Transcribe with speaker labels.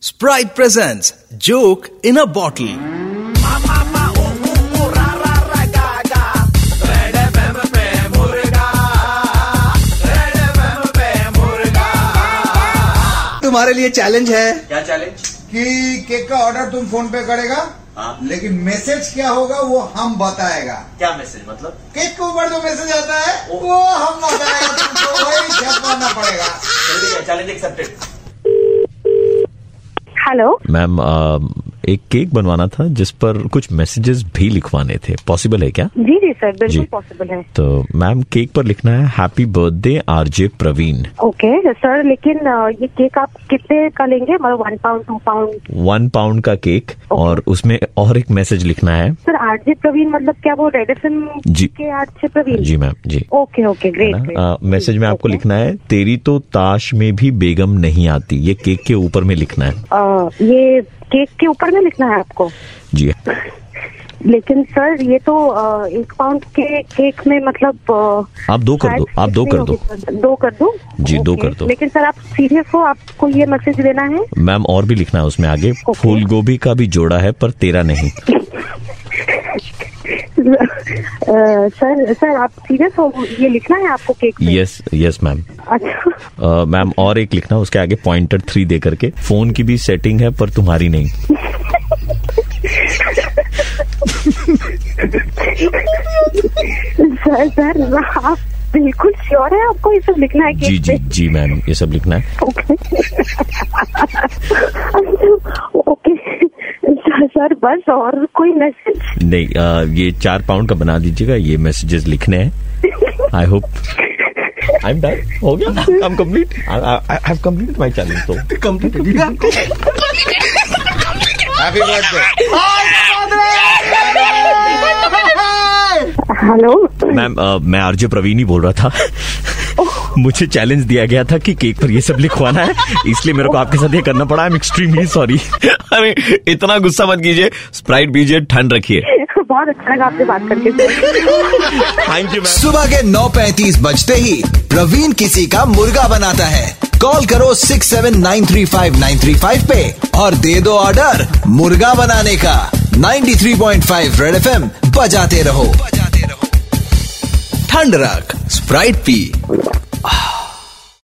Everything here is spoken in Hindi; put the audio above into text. Speaker 1: Sprite presents Joke in a Bottle.
Speaker 2: तुम्हारे लिए चैलेंज है
Speaker 3: क्या चैलेंज
Speaker 2: कि केक का ऑर्डर तुम फोन पे करेगा
Speaker 3: हाँ।
Speaker 2: लेकिन मैसेज क्या होगा वो हम बताएगा
Speaker 3: क्या मैसेज मतलब
Speaker 2: केक के ऊपर जो मैसेज आता है
Speaker 3: ओ।
Speaker 2: वो हम बताएगा तुमको वही शेफ बनना पड़ेगा
Speaker 3: चैलेंज एक्सेप्टेड
Speaker 4: हेलो
Speaker 5: मैम आ, एक केक बनवाना था जिस पर कुछ मैसेजेस भी लिखवाने थे पॉसिबल है क्या
Speaker 4: जी जी सर बिल्कुल
Speaker 5: जी।
Speaker 4: पॉसिबल है
Speaker 5: तो मैम केक पर लिखना है happy birthday RJ Praveen
Speaker 4: okay sir लेकिन अ, ये केक आप कितने का लेंगे मतलब one pound two pound
Speaker 5: one pound का केक और उसमें और एक मैसेज लिखना है
Speaker 4: सर आरजे प्रवीण मतलब क्या वो रेड एफ एम
Speaker 5: जी।
Speaker 4: के आरजे प्रवीण
Speaker 5: जी मैम जी
Speaker 4: ओके ओके ग्रेट
Speaker 5: है
Speaker 4: ग्रेट
Speaker 5: ना? आ, मैसेज में आपको
Speaker 4: ओके।
Speaker 5: लिखना है तेरी तो ताश में भी बेगम नहीं आती ये केक के ऊपर में लिखना है
Speaker 4: अ, ये केक के ऊपर में लिखना है आपको
Speaker 5: जी
Speaker 4: लेकिन सर ये तो अ, एक पाउंड के केक में मतलब अ,
Speaker 5: आप दो कर
Speaker 4: शायद
Speaker 5: दो आप दो
Speaker 4: कितनी
Speaker 5: कर दो
Speaker 4: होगी, सर? दो कर दो
Speaker 5: जी, दो
Speaker 4: ओके।
Speaker 5: कर दो।
Speaker 4: लेकिन सर आप सीरियस हो आपको ये मैसेज देना है
Speaker 5: मैम और भी लिखना है उसमें आगे फूल गोभी का भी जोड़ा है पर तेरा नहीं
Speaker 4: अ, सर सर आप सीरियस हो ये लिखना है आपको केक में
Speaker 5: यस यस मैम
Speaker 4: अच्छा
Speaker 5: अ, मैम और एक लिखना उसके आगे पॉइंटर थ्री दे करके फोन की भी सेटिंग है पर तुम्हारी नहीं
Speaker 4: सर सर आप बिल्कुल श्योर है आपको ये सब लिखना है केक
Speaker 5: जी जी
Speaker 4: पे?
Speaker 5: जी मैम ये सब लिखना है
Speaker 4: ओके ओके सर सर बस और कोई मैसेज
Speaker 5: नहीं अ, ये चार पाउंड का बना दीजिएगा ये मैसेजेस लिखने हैं I hope I am done हो गया I am complete I have completed my challenge तो
Speaker 2: हैप्पी बर्थडे
Speaker 4: हेलो
Speaker 5: मैम अ, मैं आरजे प्रवीण ही बोल रहा था मुझे चैलेंज दिया गया था कि केक पर ये सब लिखवाना है इसलिए मेरे को आपके साथ ये करना पड़ा आई एम एक्सट्रीमली सॉरी
Speaker 6: अरे इतना गुस्सा मत कीजिए स्प्राइट पीजिए ठंड रखिए
Speaker 4: बहुत अच्छा लगा आपसे बात करके सर
Speaker 5: थैंक यू मैम
Speaker 1: सुबह के 9:35 बजते ही प्रवीण किसी का मुर्गा बनाता है कॉल करो 6793593 पे और दे दो ऑर्डर मुर्गा बनाने का 93.5 रेड एफएम बजाते रहो ठंड रख स्प्राइट पी